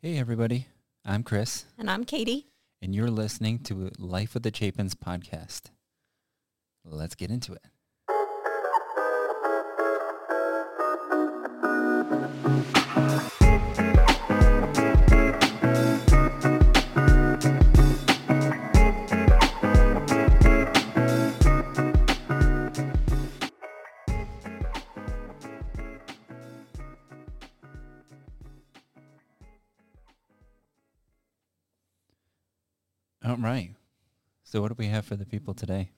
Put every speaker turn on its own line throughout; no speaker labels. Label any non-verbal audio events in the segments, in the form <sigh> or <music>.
Hey, everybody. I'm Chris,
And I'm Katie.
and you're listening to Life with the Chapins podcast. Let's get into it. All right. So, what do we have for the people today?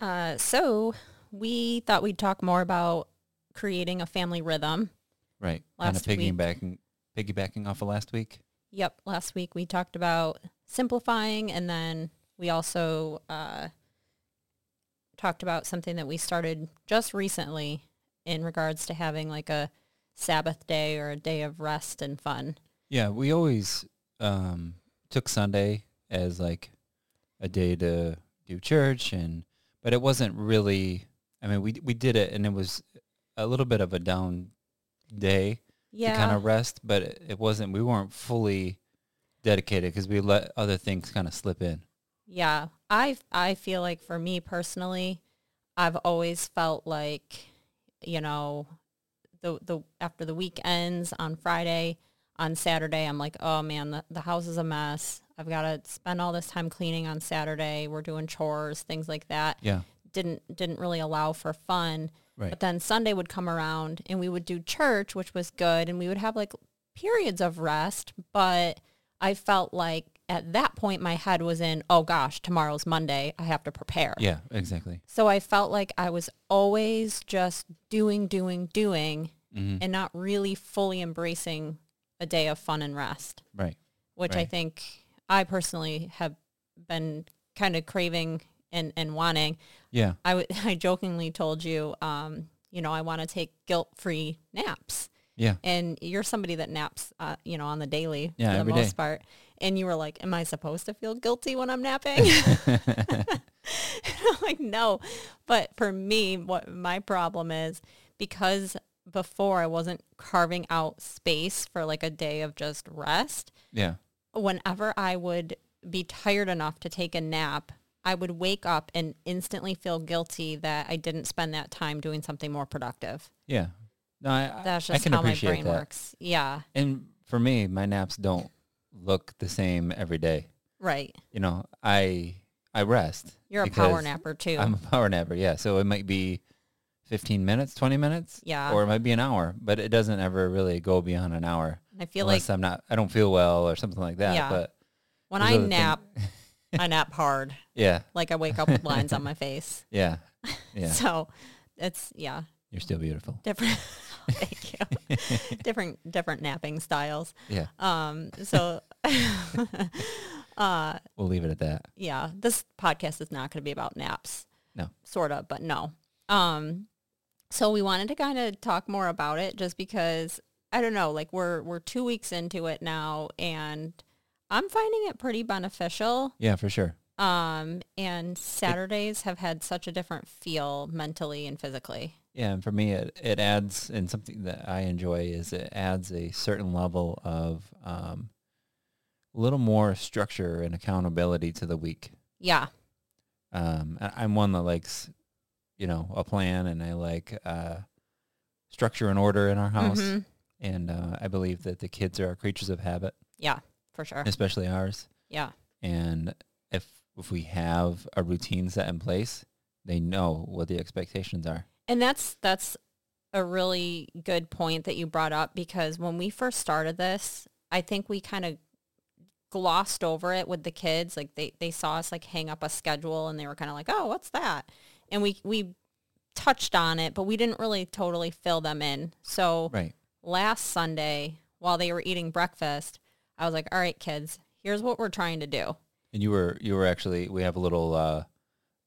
Uh, so we thought we'd talk more about creating a family rhythm.
Right. Kind of
Last week.
piggybacking, piggybacking off of last week.
Yep, last week we talked about simplifying, and then we also uh, talked about something that we started just recently in regards to having like a Sabbath day or a day of rest and fun.
Yeah, we always um, took Sunday as like a day to do church, and but it wasn't really. I mean, we we did it, and it was a little bit of a down day
Yeah,
to kind of rest, but it, it wasn't. We weren't fully dedicated because we let other things kind of slip in.
Yeah. I I feel like for me personally, I've always felt like, you know, the the after the weekends on Friday, on Saturday, I'm like, oh man, the, the house is a mess. I've got to spend all this time cleaning on Saturday. We're doing chores, things like that.
Yeah,
Didn't didn't really allow for fun.
right.
But then Sunday would come around and we would do church, which was good. And we would have like periods of rest. But I felt like at that point, my head was in, oh gosh, tomorrow's Monday. I have to prepare.
Yeah, exactly.
So I felt like I was always just doing, doing, doing
hmm
and not really fully embracing a day of fun and rest
Right.
which I
Right.
think I personally have been kind of craving and, and wanting.
Yeah.
I, w- <laughs> I jokingly told you, um, you know, I want to take guilt-free naps.
Yeah.
And you're somebody that naps, uh, you know, on the daily
Yeah,
for the
every
most
day.
part. And you were like, am I supposed to feel guilty when I'm
<laughs>
napping? <laughs> I'm like, no. But for me, what my problem is because before I wasn't carving out space for like a day of just rest,
Yeah.
whenever I would be tired enough to take a nap, I would wake up and instantly feel guilty that I didn't spend that time doing something more productive.
Yeah. No, I, I-
That's
I
just
can
how my
appreciate
brain
that.
works. Yeah.
And for me, my naps don't look the same every day.
Right.
You know, I I rest.
You're a
because
power napper too.
I'm a power napper. Yeah, so it might be 15 minutes, 20 minutes,
yeah.
or it might be an hour, but it doesn't ever really go beyond an hour
I feel like
unless I'm not I don't feel well or something like that.
Yeah.
But
when
those
I
are the thing-
nap, I nap hard.
yeah,
Like I wake up with lines on my face.
yeah, <laughs> yeah.
So it's yeah,
You're still beautiful.
different <laughs> thank you. different different napping styles.
Yeah,
Um so <laughs> uh
we'll leave it at that.
yeah, this podcast is not going to be about naps.
No.
Sort of, but no. Um so we wanted to kind of talk more about it just because I don't know, like we're we're 2 weeks into it now and I'm finding it pretty beneficial.
Yeah, for sure.
Um and Saturdays have had such a different feel mentally and physically.
Yeah, and for me, it, it adds, and something that I enjoy is it adds a certain level of um, a little more structure and accountability to the week.
Yeah.
Um, I, I'm one that likes, you know, a plan, and I like uh, structure and order in our house.
Mhm.
And uh, I believe that the kids are creatures of habit,
For sure.
especially ours.
Yeah.
And if if we have a routine set in place, they know what the expectations are.
And that's that's a really good point that you brought up because when we first started this, I think we kind of glossed over it with the kids. Like they, they saw us like hang up a schedule and they were kind of like, oh, what's that? And we we touched on it, but we didn't really totally fill them in. So
Right.
last Sunday, while they were eating breakfast, I was like, all right, kids, here's what we're trying to do.
And you were you were actually we have a little uh,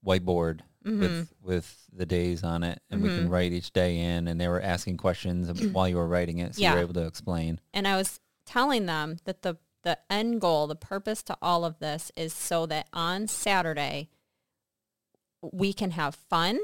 whiteboard
hmm
with with the days on it, and we can
Mhm.
write each day in. And they were asking questions ab- while you were writing it, so you
Yeah.
were able to explain.
and I was telling them that the the end goal, the purpose to all of this is so that on Saturday we can have fun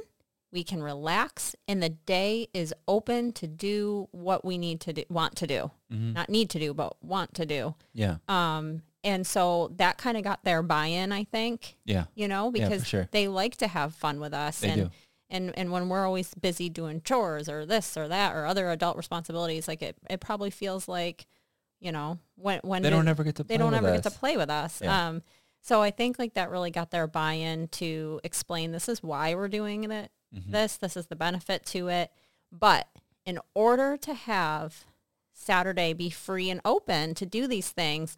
we can relax and the day is open to do what we need to do, want to do.
Mhm.
Not need to do, but want to do.
Yeah.
Um, and so that kind of got their buy-in, I think,
Yeah.
you know,
Yeah, for
because
sure.
they like to have fun with us.
They
and,
do.
and, and when we're always busy doing chores or this or that or other adult responsibilities, like it, it probably feels like, you know, when, when
They don't
it-
ever get to play
they don't
with
ever get
us.
to play with us.
Yeah.
Um, so I think like that really got their buy-in to explain this is why we're doing it,
Mm-hmm.
this, this is the benefit to it. But in order to have Saturday be free and open to do these things,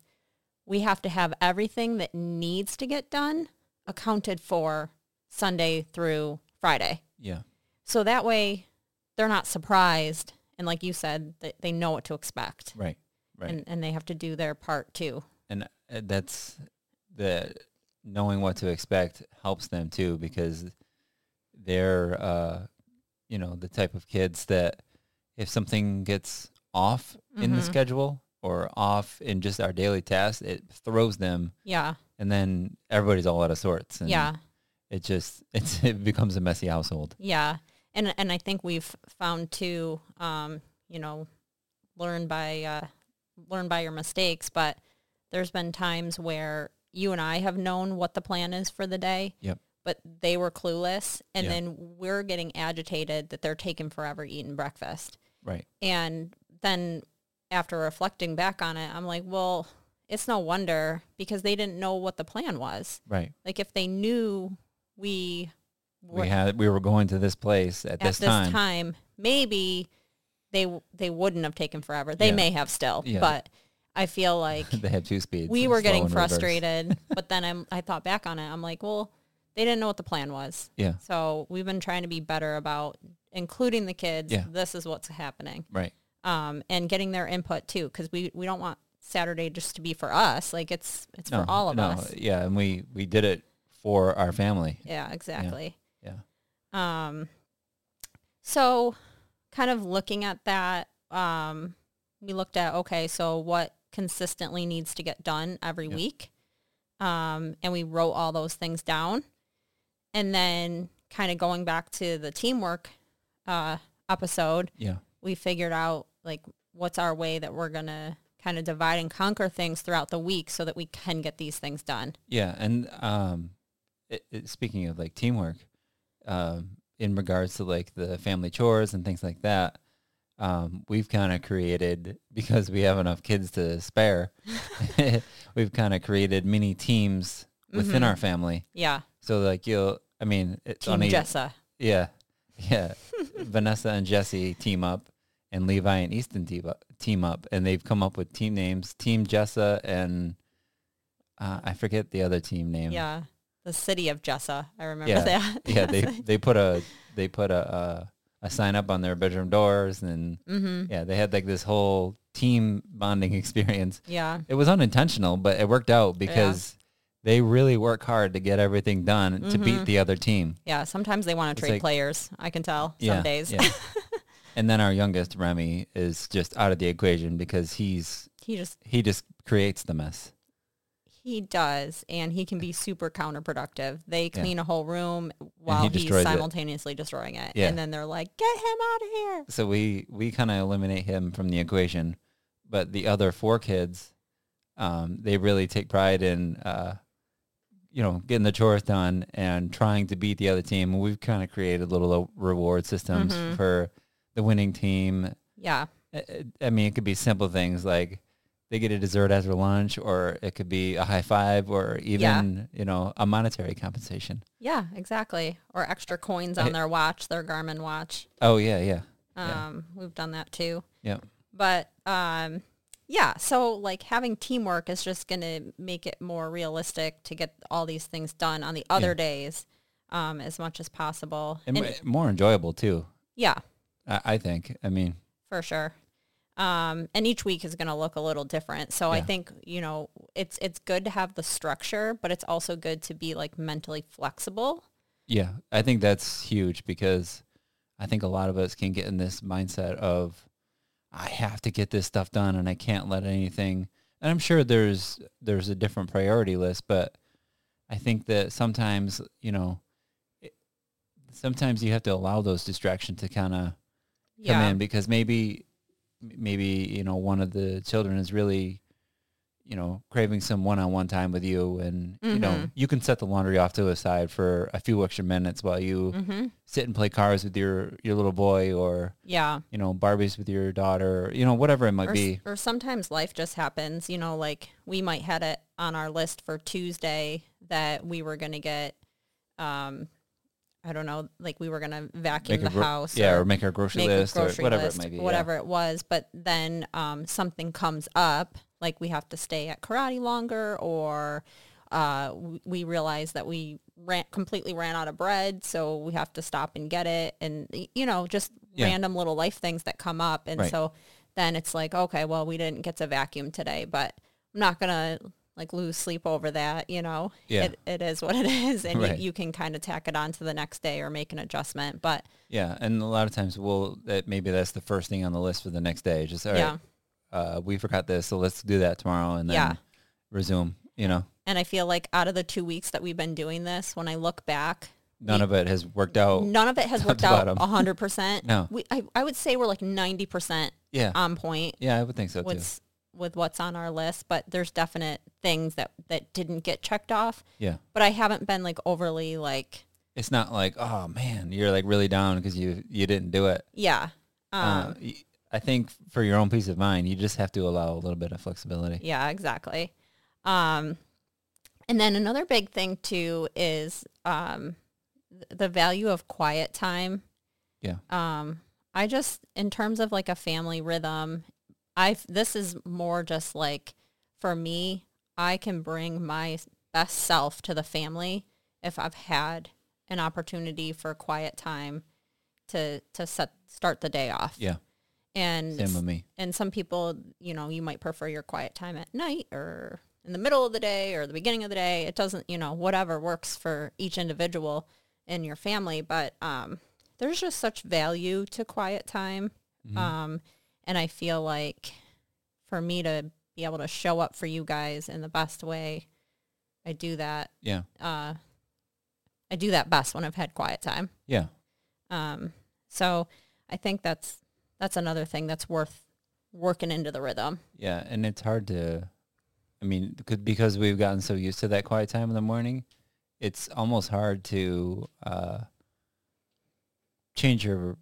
we have to have everything that needs to get done accounted for Sunday through Friday.
Yeah.
So that way they're not surprised. And like you said, they, they know what to expect
Right. Right.
and, and they have to do their part too.
and uh, that's the knowing what to expect helps them too because they're uh you know the type of kids that if something gets off in the
Mhm.
schedule or off in just our daily tasks it throws them
Yeah.
and then everybody's all out of sorts and
Yeah.
it just <laughs> it's, it becomes a messy household
Yeah. And and I think we've found too, um, you know, learn by uh, learn by your mistakes, but there's been times where you and I have known what the plan is for the day.
Yep.
But they were clueless and
Yeah.
then we're getting agitated that they're taking forever eating breakfast.
right
And then after reflecting back on it, I'm like, well, it's no wonder because they didn't know what the plan was.
right
Like if they knew we
we had we were going to this place at,
at this time, maybe they w- they wouldn't have taken forever. They
Yeah.
may have still,
Yeah.
but I feel
<laughs> <laughs>
like
they had two speeds
we
slow
were getting
and reverse. <laughs>
frustrated. but then I'm, I thought back on it. I'm like, well, they didn't know what the plan was.
yeah
So we've been trying to be better about including the kids.
Yeah.
This is what's happening,
right
um, and getting their input too, because we we don't want Saturday just to be for us. Like it's it's for all of us.
Yeah, and we we did it for our family.
Yeah, exactly.
Yeah.
Um, so kind of looking at that, um, we looked at, okay, so what consistently needs to get done every
Yep.
week? Um, and we wrote all those things down. And then kind of going back to the teamwork uh, episode,
Yeah.
we figured out like what's our way that we're going to kind of divide and conquer things throughout the week so that we can get these things done.
Yeah, and um it, it- speaking of like teamwork, um in regards to like the family chores and things like that, um we've kind of created because we have enough kids to
<laughs>
spare. <laughs> we've kind of created mini teams within
Mm-hmm.
our family.
Yeah.
So like you'll I mean, it's
Team
on a,
Jessa.
Yeah, yeah. <laughs> Vanessa and Jesse team up, and Levi and Easton team up, team up, and they've come up with team names: Team Jessa and uh, I forget the other team name.
Yeah. The city of Jessa. I remember
Yeah.
that.
<laughs>
<laughs>
yeah. They they put a they put a uh, a sign up on their bedroom doors, and
Mm-hmm.
yeah, they had like this whole team bonding <laughs> experience.
Yeah.
It was unintentional, but it worked out because. They really work hard to get everything done to
Mm-hmm.
beat the other team.
Yeah. Sometimes they want
It's
to trade
like-
players. I can tell
Yeah,
some days. <laughs>
yeah. and then our youngest Remy is just out of the equation because he's
he just,
he just creates the mess.
he does. And he can be super counterproductive. They
Yeah.
clean a whole room while he's
destroys it.
simultaneously destroying it.
Yeah.
And then they're like, get him out of here.
So we we kind of eliminate him from the equation, but the other four kids, um, they really take pride in uh, you know getting the chores done and trying to beat the other team. And we've kind of created little uh, reward systems
Mhm.
for the winning team
Yeah.
I- I I mean, it could be simple things like they get a dessert after lunch, or it could be a high five, or even you know a monetary compensation.
Yeah. Exactly. Or extra coins on
Hey.
their watch, their Garmin watch.
Oh yeah, yeah, Yeah.
Um, We've done that too.
yeah,
but um yeah so like having teamwork is just going to make it more realistic to get all these things done on the other
Yeah.
days um as much as possible
and,
And-
m- more enjoyable too.
yeah
I, I think. I mean,
for sure um and each week is going to look a little different so i
Yeah.
think you know it's it's good to have the structure but it's also good to be like mentally flexible
yeah, I think that's huge because I think a lot of us can get in this mindset of I have to get this stuff done, and I can't let anything. And I'm sure there's there's a different priority list, but I think that sometimes you know it, sometimes you have to allow those distractions to kind of come
Yeah.
in because maybe maybe you know one of the children is really you know craving some one-on-one time with you and you know
Mhm.
you can set the laundry off to a side for a few extra minutes while you
Mm-hmm.
sit and play cars with your your little boy or
Yeah.
you know barbies with your daughter you know whatever it might
Or, s-
be
or sometimes life just happens, you know, like we might had it on our list for Tuesday that we were going to get, um, I don't know, like we were going to vacuum
a
the
gro-
house
yeah
or
or make our grocery
make
list
a grocery
or whatever
list,
it might be yeah.
whatever it was. But then um, something comes up, like we have to stay at karate longer, or uh, w- we realize that we ran, completely ran out of bread, so we have to stop and get it, and y- you know, just
Yeah.
random little life things that come up, and
Right.
so then it's like, okay, well, we didn't get to vacuum today, but I'm not gonna like lose sleep over that, you know.
Yeah.
It, it is what it <laughs> is, and
Right.
you, you can kind of tack it on to the next day or make an adjustment, but
Yeah, and a lot of times we'll that maybe that's the first thing on the list for the next day. Just all right,
yeah.
uh, we forgot this, so let's do that tomorrow and then
Yeah.
resume. You know,
And I feel like out of the two weeks that we've been doing this, when I look back,
none of it has worked out.
none of it has
<laughs> top
worked
to
out
Oh, bottom.
100%.
<laughs> No.
We, I, I would say we're like 90%
yeah,
on point
yeah, I would think so too.
with, with what's on our list, but there's definite things that, that didn't get checked off.
Yeah,
But I haven't been like overly like,
it's not like oh man, you're like really down because you you didn't do it.
yeah. Um,
Uh, y- I think for your own peace of mind, you just have to allow a little bit of flexibility.
Yeah, exactly. Um, and then another big thing too is um, th- the value of quiet time.
Yeah.
Um, I just in terms of like a family rhythm, I this is more just like for me, I can bring my best self to the family if I've had an opportunity for quiet time to to set start the day off.
Yeah,
And
same with me.
and some people, you know, you might prefer your quiet time at night or in the middle of the day or the beginning of the day. It doesn't, you know, whatever works for each individual in your family. But um, there's just such value to quiet time.
Mhm.
Um, and I feel like for me to be able to show up for you guys in the best way, I do that.
Yeah,
Uh, I do that best when I've had quiet time.
yeah,
Um, so I think that's that's another thing that's worth working into the rhythm.
yeah, and it's hard to. I mean, c- because we've gotten so used to that quiet time in the morning, it's almost hard to uh, change your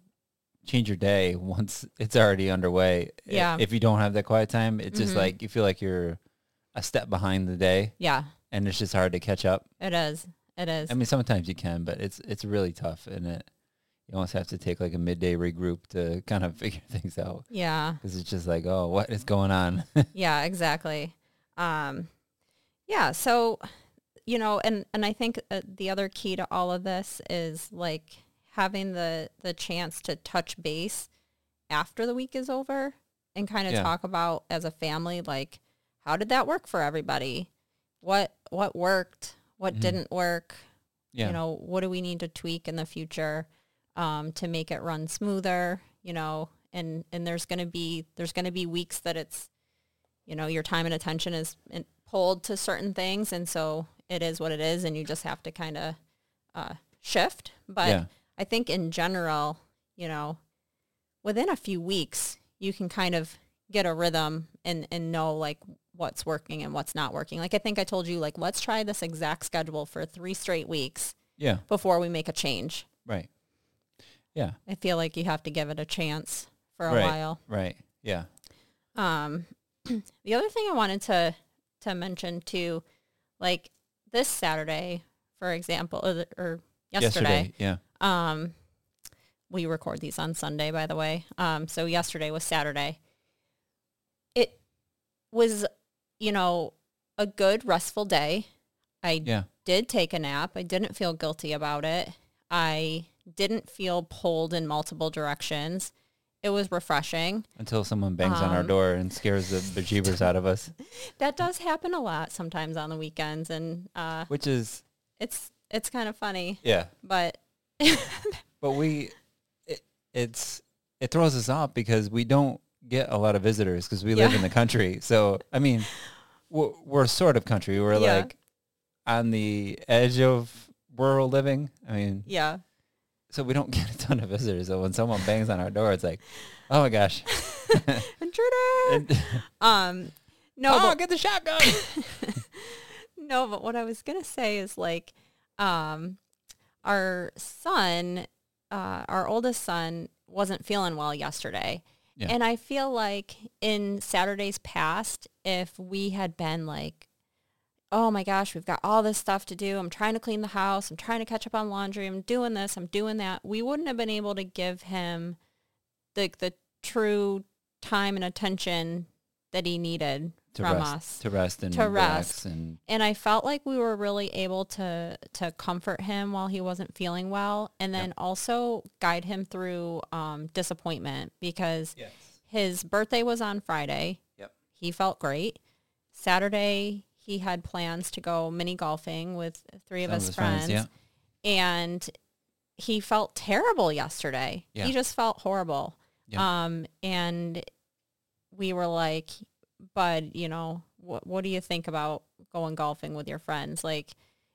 change your day <laughs> once it's already underway. I-
Yeah.
If you don't have that quiet time, it's just
Mhm.
like you feel like you're a step behind the day,
Yeah,
and it's just hard to catch up.
it is. It is.
I mean, sometimes you can, but it's it's really tough, and it you almost have to take like a midday regroup to kind of <laughs> figure things out
yeah,
because it's just like, oh, what is going on? <laughs>
yeah, exactly. Um, yeah, so you know, and and I think uh, the other key to all of this is like having the the chance to touch base after the week is over and kind of
Yeah.
talk about as a family like how did that work for everybody? What what worked? What
Mhm.
didn't work?
yeah.
you know what do we need to tweak in the future um, to make it run smoother you know and and there's going to be there's going to be weeks that it's you know your time and attention is in- pulled to certain things and so it is what it is and you just have to kind of uh, shift but
Yeah.
i think in general you know within a few weeks you can kind of get a rhythm and and know like what's working and what's not working like i think i told you like let's try this exact schedule for three straight weeks
yeah.
before we make a change
Right. Yeah.
i feel like you have to give it a chance for a
Right.
while
Right. Yeah.
um <clears throat> the other thing i wanted to to mention too like this saturday for example or, the, or yesterday
Yeah.
Um, we record these on Sunday, by the way. Um, so yesterday was Saturday. It was, you know, a good restful day. I
Yeah.
did take a nap. I didn't feel guilty about it. I didn't feel pulled in multiple directions. It was refreshing.
Until someone bangs on our
Um,
door and scares the bejeebers out of us,
That does happen a lot sometimes on the weekends, and uh,
which is
it's it's kind of funny,
yeah.
but <laughs>
But we, it, it's it throws us off because we don't get a lot of visitors because we live
Yeah.
in the country. So I mean, we're, we're sort of country. We're
Yeah.
like on the edge of rural living. I mean,
yeah,
so we don't get a ton of visitors. So when someone bangs on our door, it's like, oh my
<laughs>
gosh,
Intruder.
And-
Um,
<laughs>
no,
oh
but-
get the shotgun.
no, but what I was gonna say is like, um, our son, uh, our oldest son, wasn't feeling well yesterday,
Yeah.
and I feel like in Saturdays past, if we had been like, oh my gosh, we've got all this stuff to do. I'm trying to clean the house. I'm trying to catch up on laundry. I'm doing this. I'm doing that. We wouldn't have been able to give him the the true time and attention that he needed
to
from
rest,
us
to rest and
To
relax
rest.
and
and I felt like we were really able to to comfort him while he wasn't feeling well, and then also guide him through um, disappointment because
yes,
his birthday was on Friday.
Yep.
he felt great. Saturday he had plans to go mini golfing with three of his friends,
yeah,
and he felt terrible yesterday.
Yeah.
He just felt horrible.
Yeah.
Um, and we were like, "Bud, you know, what what do you think about going golfing with your friends? Like,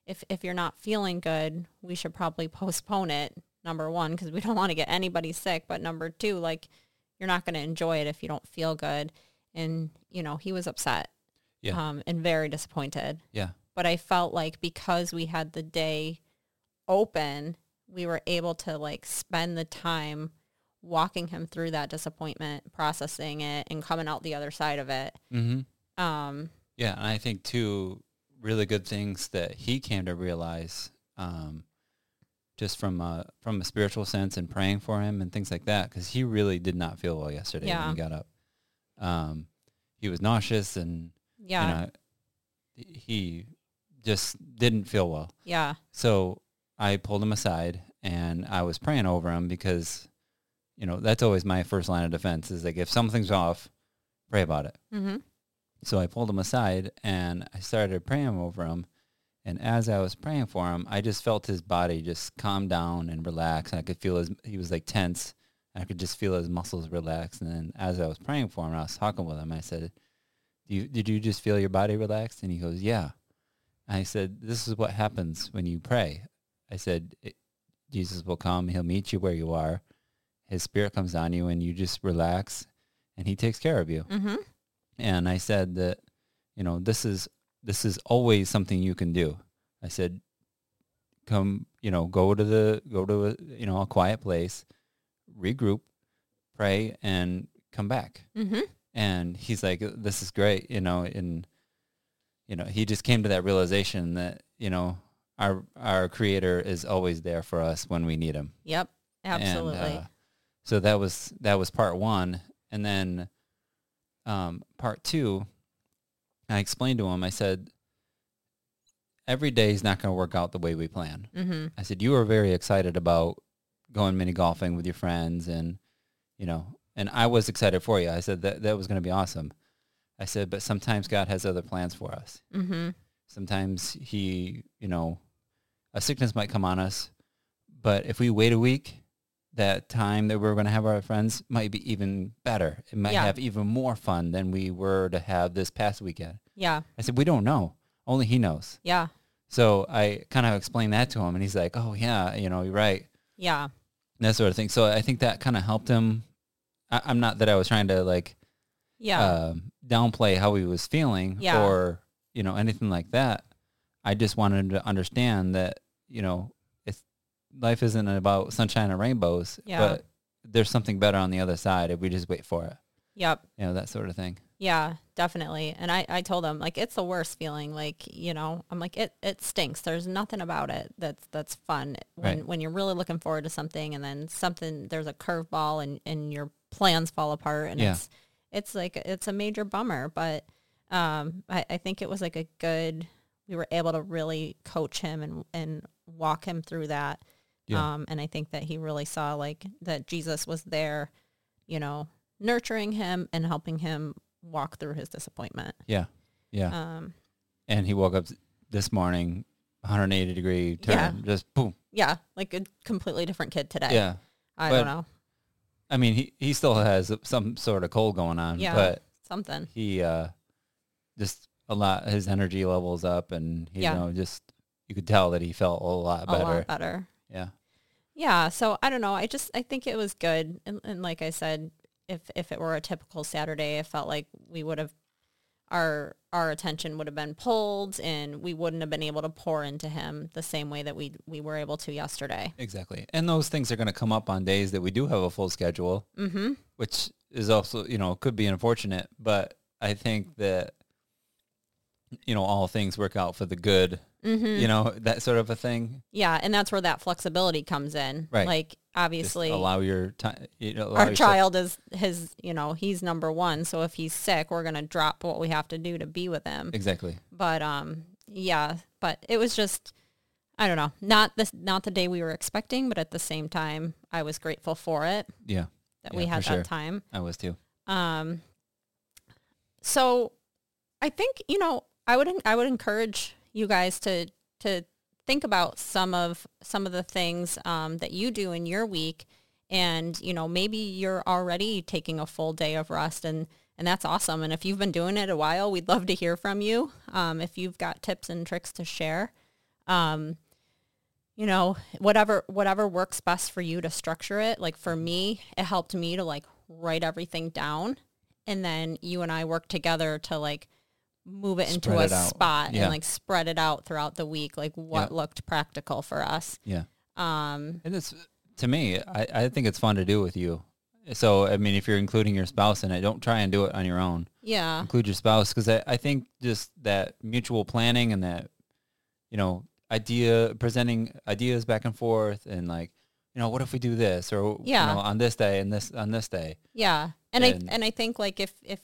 if if you're not feeling good, we should probably <laughs> postpone it. Number one, because we don't want to get anybody sick. But number two, like, you're not going to enjoy it if you don't feel good. And you know, he was upset.
Yeah.
Um, and very disappointed
yeah,
but I felt like because we had the day open, we were able to like spend the time walking him through that disappointment, processing it, and coming out the other side of it.
mm-hmm.
Um,
yeah. And I think two really good things that he came to realize, um, just from a from a spiritual sense and praying for him and things like that, because he really did not feel well yesterday
Yeah.
when he got up. Um, he was nauseous and
yeah,
you know, he just didn't feel well.
yeah,
So I pulled him aside and I was praying over him because, you know, that's always my first line of defense is like if something's off, pray about it.
mm-hmm.
So I pulled him aside and I started praying over him. And as I was praying for him, I just felt his body just calm down and relax. And I could feel his, he was like tense. I could just feel his muscles relax. And then as I was praying for him, I was talking with him. I said, Do you, did you just feel your body relaxed? And he goes, yeah. I said, this is what happens when you pray. I said, "It- Jesus will come. He'll meet you where you are. His spirit comes on you and you just relax and he takes care of you
Mm-hmm.
and I said that you know this is this is always something you can do. I said come you know go to the go to a, you know a quiet place, regroup, pray, and come back.
Mm-hmm.
And he's like, this is great, you know, and you know he just came to that realization that you know our our Creator is always there for us when we need Him.
Yep,
And,
absolutely.
uh, so that was that was part one, and then um, part two. I explained to him. I said, every day is not going to work out the way we plan.
mm-hmm.
I said you were very excited about going mini golfing with your friends, and you know, and I was excited for you. I said that that was going to be awesome. I said, but sometimes God has other plans for us
Mm-hmm.
sometimes he you know a sickness might come on us but if we wait a week that time that we're going to have our friends might be even better it might
Yeah.
have even more fun than we were to have this past weekend
Yeah,
i said we don't know only he knows
yeah,
so i kind of explained that to him and he's like oh yeah you know you're right
yeah,
that sort of thing so i think that kind of helped him I, i'm not that i was trying to like
yeah,
um, downplay how he was feeling
Yeah.
or you know anything like that. I just wanted him to understand that you know it's life isn't about sunshine and rainbows,
Yeah.
but there's something better on the other side if we just wait for it.
yep.
You know that sort of thing.
Yeah, definitely. And I, I told him like it's the worst feeling. Like you know, I'm like it, it stinks. There's nothing about it that's that's fun when
Right.
when you're really looking forward to something and then something there's a curveball and and your plans fall apart and
Yeah.
it's it's like it's a major bummer. But um, I, I think it was like a good. We were able to really coach him and and walk him through that.
Yeah.
Um, and I think that he really saw like that Jesus was there, you know, nurturing him and helping him walk through his disappointment.
Yeah, yeah.
Um,
and he woke up this morning, 180 degree turn,
Yeah.
just boom.
yeah, like a completely different kid today.
yeah,
I
but-
don't know
I mean he he still has some sort of cold going on,
Yeah.
but
something.
he uh just a lot his energy levels up and you
Yeah.
know just you could tell that he felt a lot
A
better
lot better.
yeah
Yeah, so I don't know. I just I think it was good, and, and like I said, if if it were a typical Saturday, I felt like we would have our our attention would have been pulled, and we wouldn't have been able to pour into him the same way that we we were able to yesterday.
Exactly. And those things are going to come up on days that we do have a full schedule,
Mm-hmm.
which is also, you know, could be unfortunate, but I think that you know, all things work out for the good,
Mm-hmm.
you know, that sort of a thing.
Yeah, and that's where that flexibility comes in.
Right.
Like
Just
obviously,
allow your time, you know, allow
our
yourself-
child is his. You know, he's number one. So if he's sick, we're gonna drop what we have to do to be with him.
Exactly.
but um yeah but it was just i don't know not this not the day we were expecting but at the same time i was grateful for it
Yeah,
that
Yeah,
we had
for
that
sure.
time
I was too.
um so i think you know i would en- i would encourage you guys to to think about some of some of the things um, that you do in your week and you know maybe you're already taking a full day of rest and and that's awesome and if you've been doing it a while we'd love to hear from you um, if you've got tips and tricks to share um, you know whatever whatever works best for you to structure it like for me it helped me to like write everything down and then you and i work together to like move it into
Spread it
a
out.
spot
Yeah.
and like spread it out throughout the week like what looked practical for us
Yeah.
um
And it's to me, I, I think it's fun to do with you. So I mean, if you're including your spouse in it, don't try and do it on your own.
yeah
Include your spouse because I, I think just that mutual planning and that you know idea presenting ideas back and forth and like you know what if we do this or
Yeah.
you know, on this day and this on this day.
Yeah. And,
And-
I and I think like if if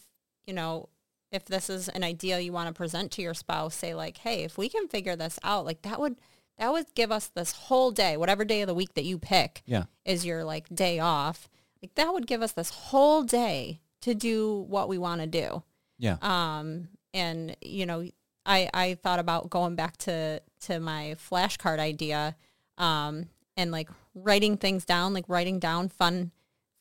you know if this is an idea you want to present to your spouse, say like, "Hey, if we can figure this out, like that would that would give us this whole day, whatever day of the week that you pick
Yeah.
is your like day off. Like that would give us this whole day to do what we want to do."
Yeah.
Um and you know, I I thought about going back to to my flashcard idea um and like writing things down, like writing down fun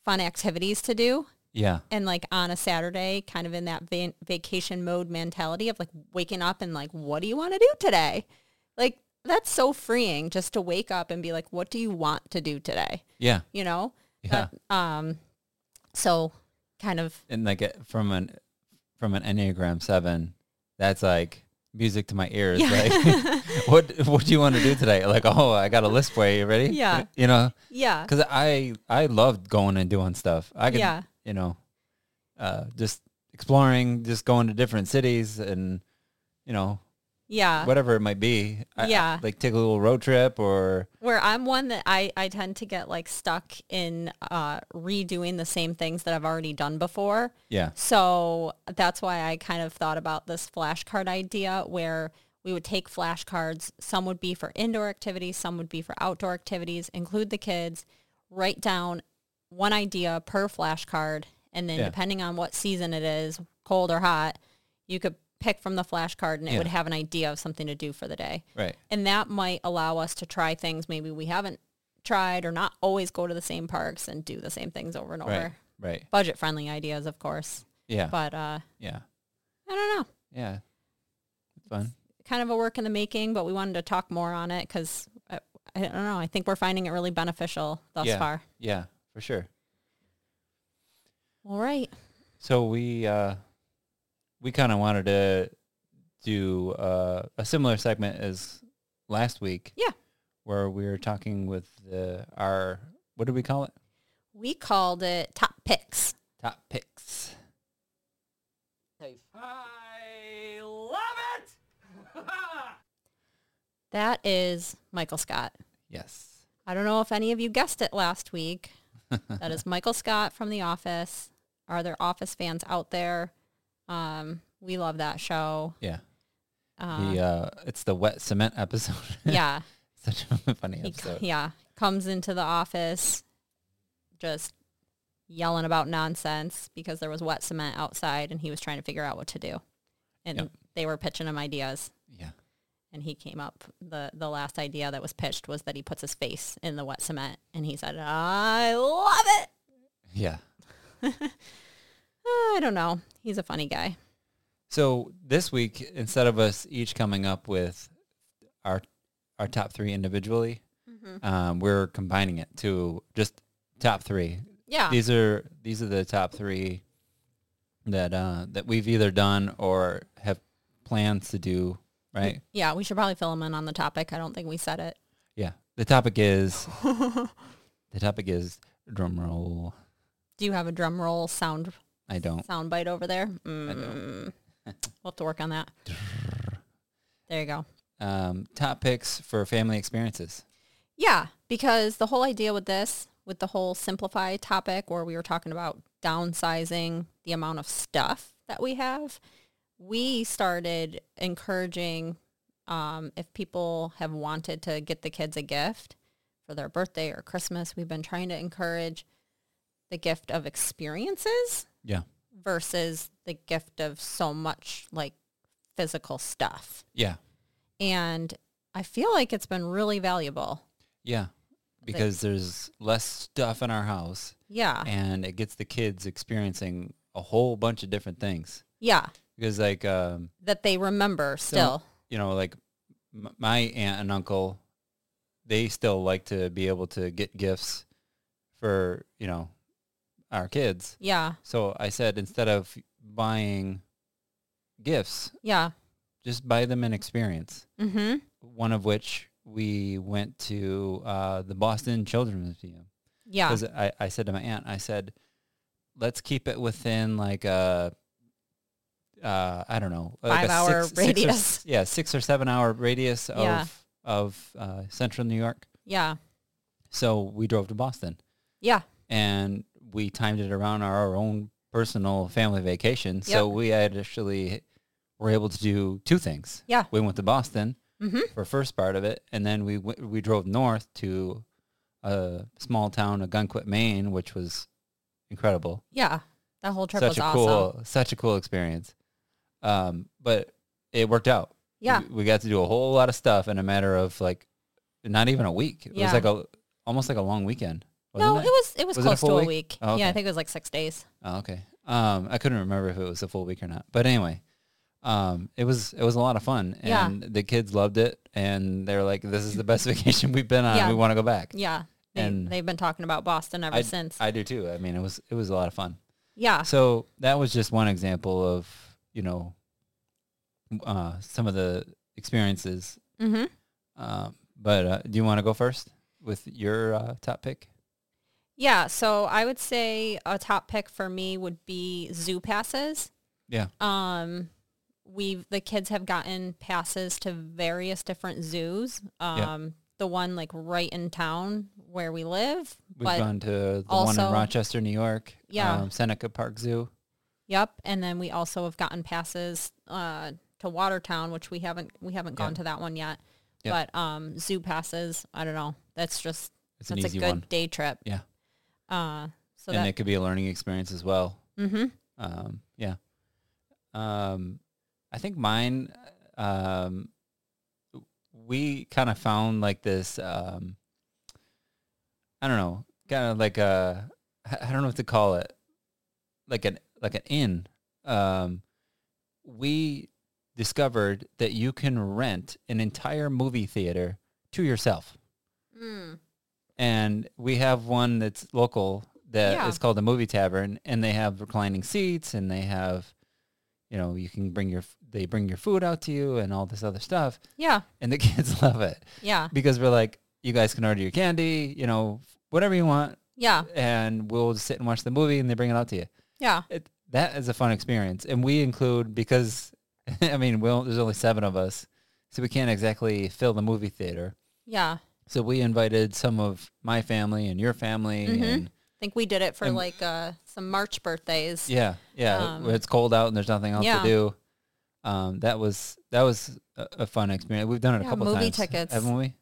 fun activities to do
yeah.
and like on a Saturday, kind of in that van- vacation mode mentality of like waking up and like, what do you want to do today? Like that's so freeing just to wake up and be like, what do you want to do today?
Yeah.
You know?
Yeah.
That- um, so kind of,
and like it- from an from an Enneagram seven, that's like music to my ears.
Yeah. <laughs>
Like, <laughs> what what do you want to do today? Like, oh, I got a list for you. You Ready?
Yeah.
You know,
yeah,
because I I loved going and doing stuff. I could,
Yeah.
you know, uh, just exploring, just going to different cities and you know
yeah.
whatever it might be. I- I-
Yeah.
like take a little road trip or
Where I'm one that I, I tend to get like stuck in uh, redoing the same things that I've already done before.
yeah
So that's why I kind of thought about this flashcard idea where we would take flashcards. Some would be for indoor activities, some would be for outdoor activities, include the kids, write down one idea per flashcard. And then
Yeah.
depending on what season it is, cold or hot, you could pick from the flashcard and it
Yeah.
would have an idea of something to do for the day.
right
And that might allow us to try things maybe we haven't tried or not always go to the same parks and do the same things over and over.
right right
Budget friendly ideas, of course
yeah
but uh,
yeah
I don't know.
yeah it's fun
Kind of a work in the making, but we wanted to talk more on it because I, I don't know. I think we're finding it really beneficial thus
Yeah.
far.
yeah for sure.
All right.
So we uh, we kind of wanted to do uh, a similar segment as last week.
Yeah.
where we were talking with the, our what did we call it?
We called it top picks.
Top picks.
I love it!
That is Michael Scott.
Yes.
I don't know if any of you guessed it last week. that is Michael Scott from The Office. Are there Office fans out there? Um, we love that show.
Yeah.
Uh,
the uh, it's the wet cement episode.
yeah.
<laughs> Such a funny
He, c-
episode.
yeah, comes into the office just yelling about nonsense because there was wet cement outside and he was trying to figure out what to do. And
Yep.
they were pitching him ideas
Yeah.
and he came up the the last idea that was pitched was that he puts his face in the wet cement and he said, "I love it."
Yeah.
Ah, I don't know. He's a funny guy.
So this week, instead of us each coming up with our our top three individually, Um, we're combining it to just top three.
Yeah.
These are these are the top three that uh, that we've either done or have plans to do. Right?
Yeah, we should probably fill them in on the topic. I don't think we said it.
Yeah. The topic is the topic is drum roll.
Do you have a drum roll sound
I don't.
sound bite over there? Mm. we'll have to work on that. There you go.
Um, top picks for family experiences.
Yeah, because the whole idea with this, with the whole simplify topic where we were talking about downsizing the amount of stuff that we have, we started encouraging um, if people have wanted to get the kids a gift for their birthday or Christmas, we've been trying to encourage the gift of experiences
Yeah.
versus the gift of so much like physical stuff.
Yeah.
And I feel like it's been really valuable.
Yeah. Because there's less stuff in our house
Yeah.
and it gets the kids experiencing a whole bunch of different things.
Yeah.
Because like um,
That they remember still.
you know, like m- my aunt and uncle, they still like to be able to get gifts for, you know, our kids.
yeah.
So I said instead of buying gifts,
Yeah.
just buy them an experience.
Mm-hmm.
One of which we went to uh, the Boston Children's Museum.
Yeah.
because I, I said to my aunt, I said, let's keep it within like a, uh, I don't know, like a
Five-hour
or s-
radius.
<laughs> yeah, six or seven hour radius of
Yeah.
of uh, central New York.
Yeah.
So we drove to Boston
Yeah.
and we timed it around our own personal family vacation. So we actually were able to do two things.
Yeah.
We went to Boston
Mm-hmm.
for first part of it, and then we w- we drove north to a small town of Gunquit, Maine, which was incredible.
Yeah. That whole trip
such
was
a
awesome.
cool, such a cool experience. Um, but it worked out.
Yeah.
we, we got to do a whole lot of stuff in a matter of like not even a week. It
Yeah.
was like a almost like a long weekend. Wasn't
No, it? was it was,
Was it a
close to
full
a
week?
week.
Oh,
Yeah, I
okay.
think it was like six days.
Oh, okay. Um, I couldn't remember if it was a full week or not. But anyway, um, it was it was a lot of fun,
Yeah.
and the kids loved it, and they're like, "This is the best <laughs> vacation we've been on.
Yeah.
We want to go back."
Yeah. They,
And-
they've been talking about Boston ever
I,
since.
I do too. I mean, it was it was a lot of fun.
yeah.
So that was just one example of you know uh, some of the experiences.
Mm-hmm.
Um, but uh, do you want to go first with your uh, top pick?
Yeah. So I would say a top pick for me would be zoo passes.
Yeah.
um we've the kids have gotten passes to various different zoos um
Yeah.
the one like right in town where we live
We've
but
gone to the one
also-
in Rochester, New York.
Yeah.
um, Seneca Park Zoo.
yep and then we also have gotten passes uh to watertown which we haven't we haven't gone
Yeah.
to that one yet
Yeah.
but um zoo passes i don't know that's just
It's an
that's a
easy
good
one.
day trip
Yeah.
uh so
and
that
it could be a learning experience as well.
mm-hmm
Um, yeah. Um, I think mine, um, we kind of found like this, um, I don't know, kind of like a, I I don't know what to call it, like an, like an inn. Um, we discovered that you can rent an entire movie theater to yourself.
mm.
and we have one that's local that is
Yeah.
called the Movie Tavern, and they have reclining seats, and they have, you know, you can bring your f- they bring your food out to you, and all this other stuff,
yeah
and the <laughs> kids love it
yeah
because we're like, you guys can order your candy, you know, whatever you want,
yeah
and we'll just sit and watch the movie, and they bring it out to you.
yeah
It, that is a fun experience, and we include because, <laughs> I mean, we will there's only seven of us, so we can't exactly fill the movie theater.
yeah
So we invited some of my family and your family
Mhm.
and
i think we did it for
And-
like uh some march birthdays
yeah, yeah.
Um,
when it's cold out and there's nothing else
yeah.
to do. Um, that was that was a, a fun experience. We've done it a
Yeah,
couple
movie
times,
tickets.
haven't we?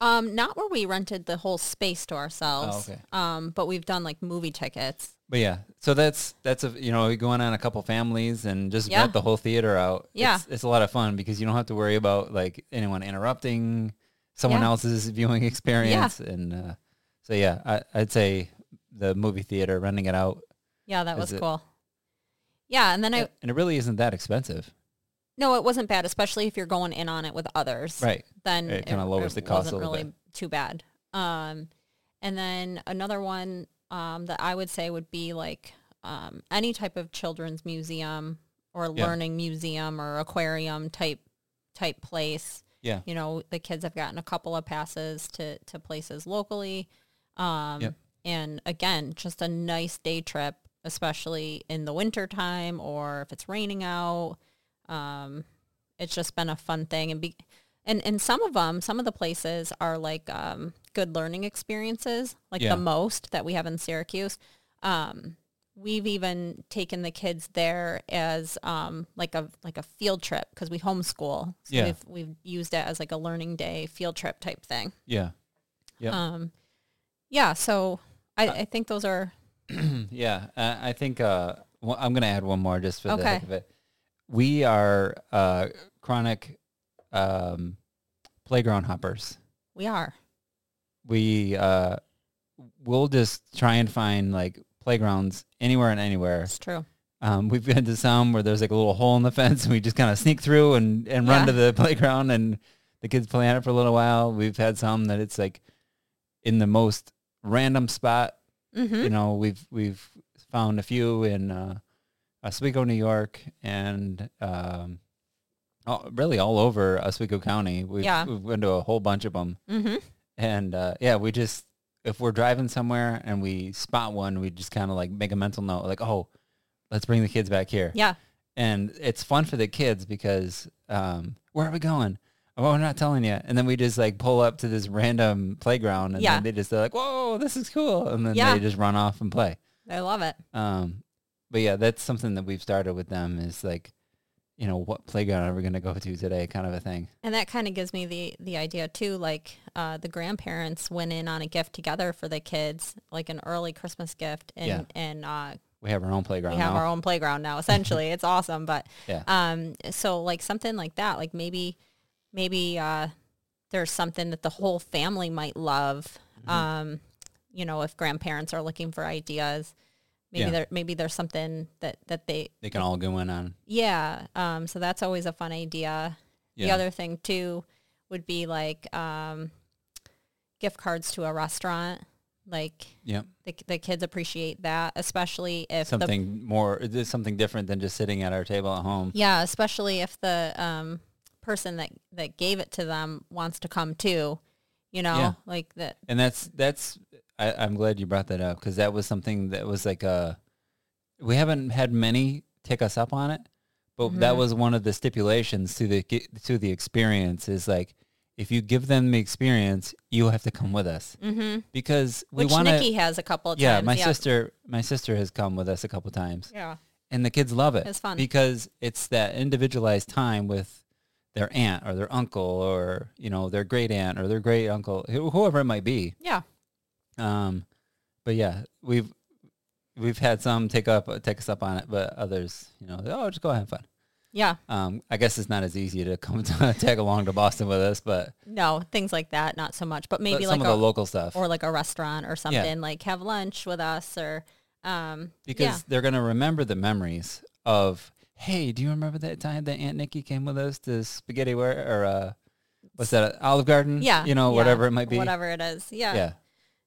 Um, not where we rented the whole space to ourselves.
Oh, okay.
Um, but we've done like movie tickets.
But yeah, so that's that's a you know going on a couple families and just
Yeah.
rent the whole theater out.
Yeah.
it's, it's a lot of fun because you don't have to worry about like anyone interrupting someone
Yeah.
else's <laughs> viewing experience. And uh, so yeah, I, I'd say the movie theater renting it out,
Yeah, that
Is
was
it-
cool. Yeah, and then I
and it really isn't that expensive.
No, it wasn't bad, especially if you're going in on it with others.
Right.
Then
It kinda lowers the cost a
wasn't
little
really too bad. Um, and then another one um, that I would say would be like um, any type of children's museum or
Yeah.
learning museum or aquarium type type place.
Yeah.
You know, the kids have gotten a couple of passes to to places locally. Um,
Yep.
And again, just a nice day trip, especially in the wintertime or if it's raining out. Um, it's just been a fun thing. And, be, and, and some of them, some of the places are like um, good learning experiences, like
Yeah.
the most that we have in Syracuse. Um, we've even taken the kids there as um, like a like a field trip because we homeschool. So
Yeah.
we've, we've used it as like a learning day field trip type thing.
Yeah. Yep. Uh,
Um, yeah. So I, I think those are
<clears throat> yeah, uh, I think uh, wha- I'm going to add one more just for the heck
Okay.
of it. We are uh, chronic um, playground hoppers.
we are
We uh, we'll just try and find like playgrounds anywhere and anywhere.
it's true.
Um, we've been to some where there's like a little hole in the fence, and we just kind of sneak through and, and run
Yeah.
to the <laughs> playground, and the kids play on it for a little while. We've had some that it's like in the most random spot
hmm
you know we've we've found a few in uh, Oswego, New York, and um, all, really all over Oswego County. We've,
Yeah.
we've been to a whole bunch of them,
hmm
and uh, yeah, we just if we're driving somewhere and we spot one, we just kind of like make a mental note, like oh, let's bring the kids back here.
Yeah.
And it's fun for the kids because um, where are we going? Oh, we're not telling you. And then we just like pull up to this random playground, and
Yeah.
then they just they're like, "Whoa, this is cool!" And then
Yeah.
they just run off and play.
I love it.
Um, but yeah, that's something that we've started with them is like, you know, what playground are we going to go to today, kind of a thing.
And that kind of gives me the the idea too. Like uh, the grandparents went in on a gift together for the kids, like an early Christmas gift, and
Yeah.
and uh,
We have our own playground.
we have
now.
our own playground now. Essentially, it's awesome. But
<laughs> Yeah.
um, so like something like that, like maybe maybe uh, there's something that the whole family might love.
Mm-hmm.
Um, you know, if grandparents are looking for ideas, maybe
Yeah.
there maybe there's something that that they
They can all go in on.
yeah. Um, so that's always a fun idea. The
Yeah.
other thing too would be like um, gift cards to a restaurant. Like
Yep.
the, the kids appreciate that, especially if the
Something more, there's something different than just sitting at our table at home.
Yeah, especially if the um, person that, that gave it to them wants to come too, you know,
Yeah.
like that.
And that's, that's, I, I'm glad you brought that up because that was something that was like a, we haven't had many take us up on it, but that
Mhm.
was one of the stipulations to the, to the experience is like, if you give them the experience, you have to come with us.
hmm
because we
Which
want
Nikki
to.
has a couple of
Yeah,
times.
my sister, my sister has come with us a couple times,
Yeah.
and the kids love it.
It's fun.
because it's that individualized time with their aunt or their uncle or you know their great aunt or their great uncle, who- whoever it might be.
Yeah.
Um, but yeah, we've we've had some take up take us up on it, but others, you know, oh, just go have fun.
Yeah.
Um, I guess it's not as easy to come <laughs> to tag along to Boston with us, but,
No, things like that, not so much, but
but
maybe
some
like
of
a,
the local stuff.
or like a restaurant or something, like have lunch with us or, um,
because
yeah.
they're going to remember the memories of hey do you remember that time that aunt nikki came with us to spaghetti where or uh what's that olive garden
Yeah.
you know
yeah,
whatever it might be
Whatever it is.
yeah.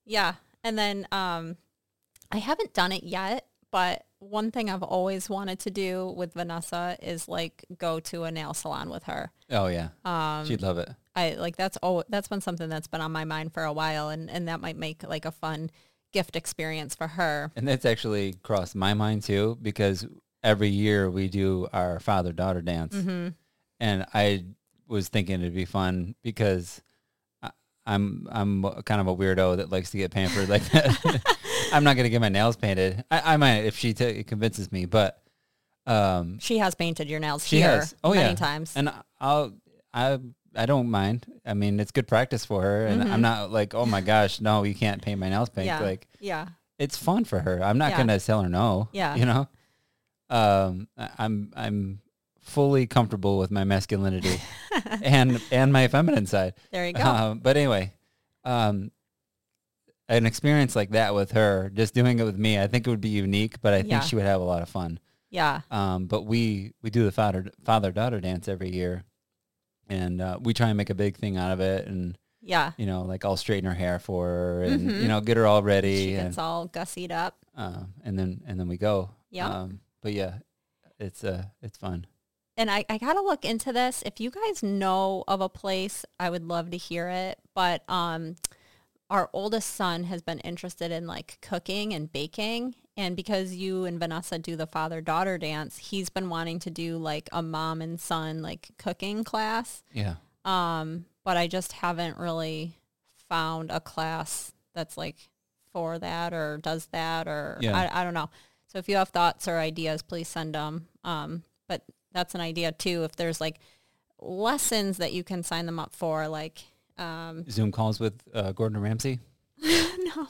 Yeah. And then um I haven't done it yet, but one thing I've always wanted to do with Vanessa is like go to a nail salon with her.
oh yeah
Um
she'd love it
I like that's oh that's been something that's been on my mind for a while and and that might make like a fun gift experience for her.
and that's actually crossed my mind too because every year we do our father daughter dance
Mhm.
and i was thinking it'd be fun because I- I'm I'm kind of a weirdo that likes to get pampered like that. <laughs> I'm not gonna get my nails painted. I, I might if she t- convinces me, but um,
She has painted your nails
She
here
has. Oh,
many
yeah.
times.
and I'll I I don't mind. I mean, it's good practice for her, and I'm not like, oh my gosh, no, you can't paint my nails pink.
yeah.
Like
yeah.
it's fun for her. I'm not
Yeah.
gonna tell her no.
Yeah.
you know, um, I, I'm I'm fully comfortable with my
<laughs>
masculinity and and my feminine side.
There you go.
Um, but anyway, um, an experience like that with her, just doing it with me, I think it would be unique, but I
Yeah.
think she would have a lot of fun.
Yeah.
Um, but we we do the father father daughter dance every year, and uh, we try and make a big thing out of it, and
Yeah.
you know, like I'll straighten her hair for her, and
Mhm.
you know, get her all ready,
She
and
gets all gussied up.
um, and then and then we go.
Yeah.
Um, but yeah, it's uh, it's fun.
and I, I gotta look into this. If you guys know of a place, I would love to hear it. But um, our oldest son has been interested in like cooking and baking, and because you and Vanessa do the father daughter dance, he's been wanting to do like a mom and son like cooking class.
Yeah.
Um, but I just haven't really found a class that's like for that or does that or
Yeah.
I, I don't know. So if you have thoughts or ideas, please send them. Um, but that's an idea too. If there's like lessons that you can sign them up for, like, um, <laughs>
Zoom calls with uh, Gordon Ramsay.
no,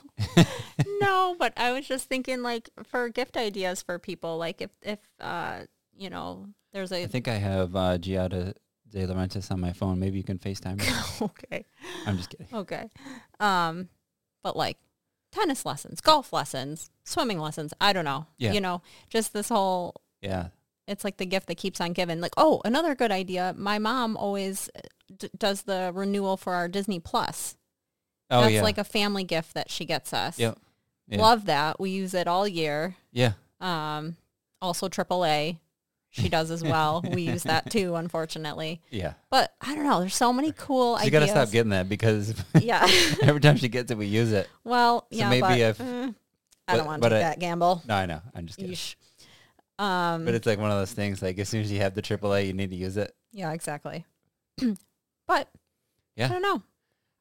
no, but I was just thinking like for gift ideas for people, like if, if, uh, you know, there's
I <laughs>
a,
think I have uh, Giada De Laurentiis on my phone. Maybe you can FaceTime her.
<laughs> okay.
I'm just kidding.
Okay. Um, but like tennis lessons, golf lessons, swimming lessons. I don't know.
Yeah.
You know, just this whole,
Yeah.
it's like the gift that keeps on giving. Like, oh, another good idea. My mom always uh, d- does the renewal for our Disney Plus.
Oh
That's
yeah.
like a family gift that she gets us.
Yep. Yeah.
Love that. We use it all year.
yeah.
Um, also AAA.
<laughs>
She does as well. we use that too, unfortunately.
Yeah.
But I don't know. There's so many
So
cool ideas.
you gotta stop getting that because <laughs>
yeah.
every time she gets it, we use it.
Well,
So
yeah,
maybe
but,
if-
mm, I
but-
don't want
but
to take
I-
that gamble.
No, I know. I'm just kidding.
Yeesh. Um,
But it's like one of those things. Like as soon as you have the AAA, you need to use
<laughs>
it.
yeah, exactly. <clears throat> but
Yeah.
I don't know.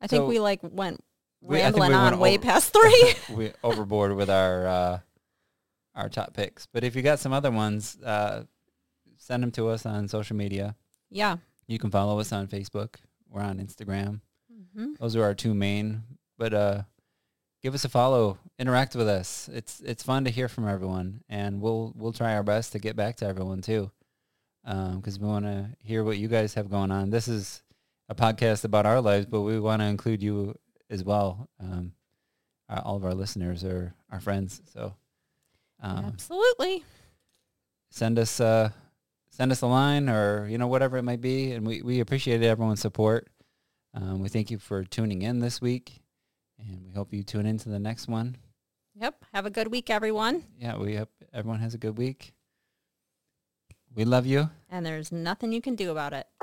I think
So-
we like went
We- I think
rambling
we
on
went
way
over- <laughs>
past three.
we overboard with our uh, our top picks. But if you got some other ones, uh, send them to us on social media.
yeah.
You can follow us on Facebook. We're on Instagram.
hmm
Those are our two main. But uh, give us a follow. Interact with us. It's it's fun to hear from everyone, and we'll we'll try our best to get back to everyone too, because we want to hear what you guys have going on. This is a podcast about our lives, but we want to include you as well. Um, our, all of our listeners are our friends, so um,
Absolutely.
send us uh, send us a line or you know whatever it might be and we, we appreciate everyone's support um, we thank you for tuning in this week and we hope you tune in to the next one
Yep. Have a good week, everyone.
yeah we hope everyone has a good week we love you
And there's nothing you can do about it.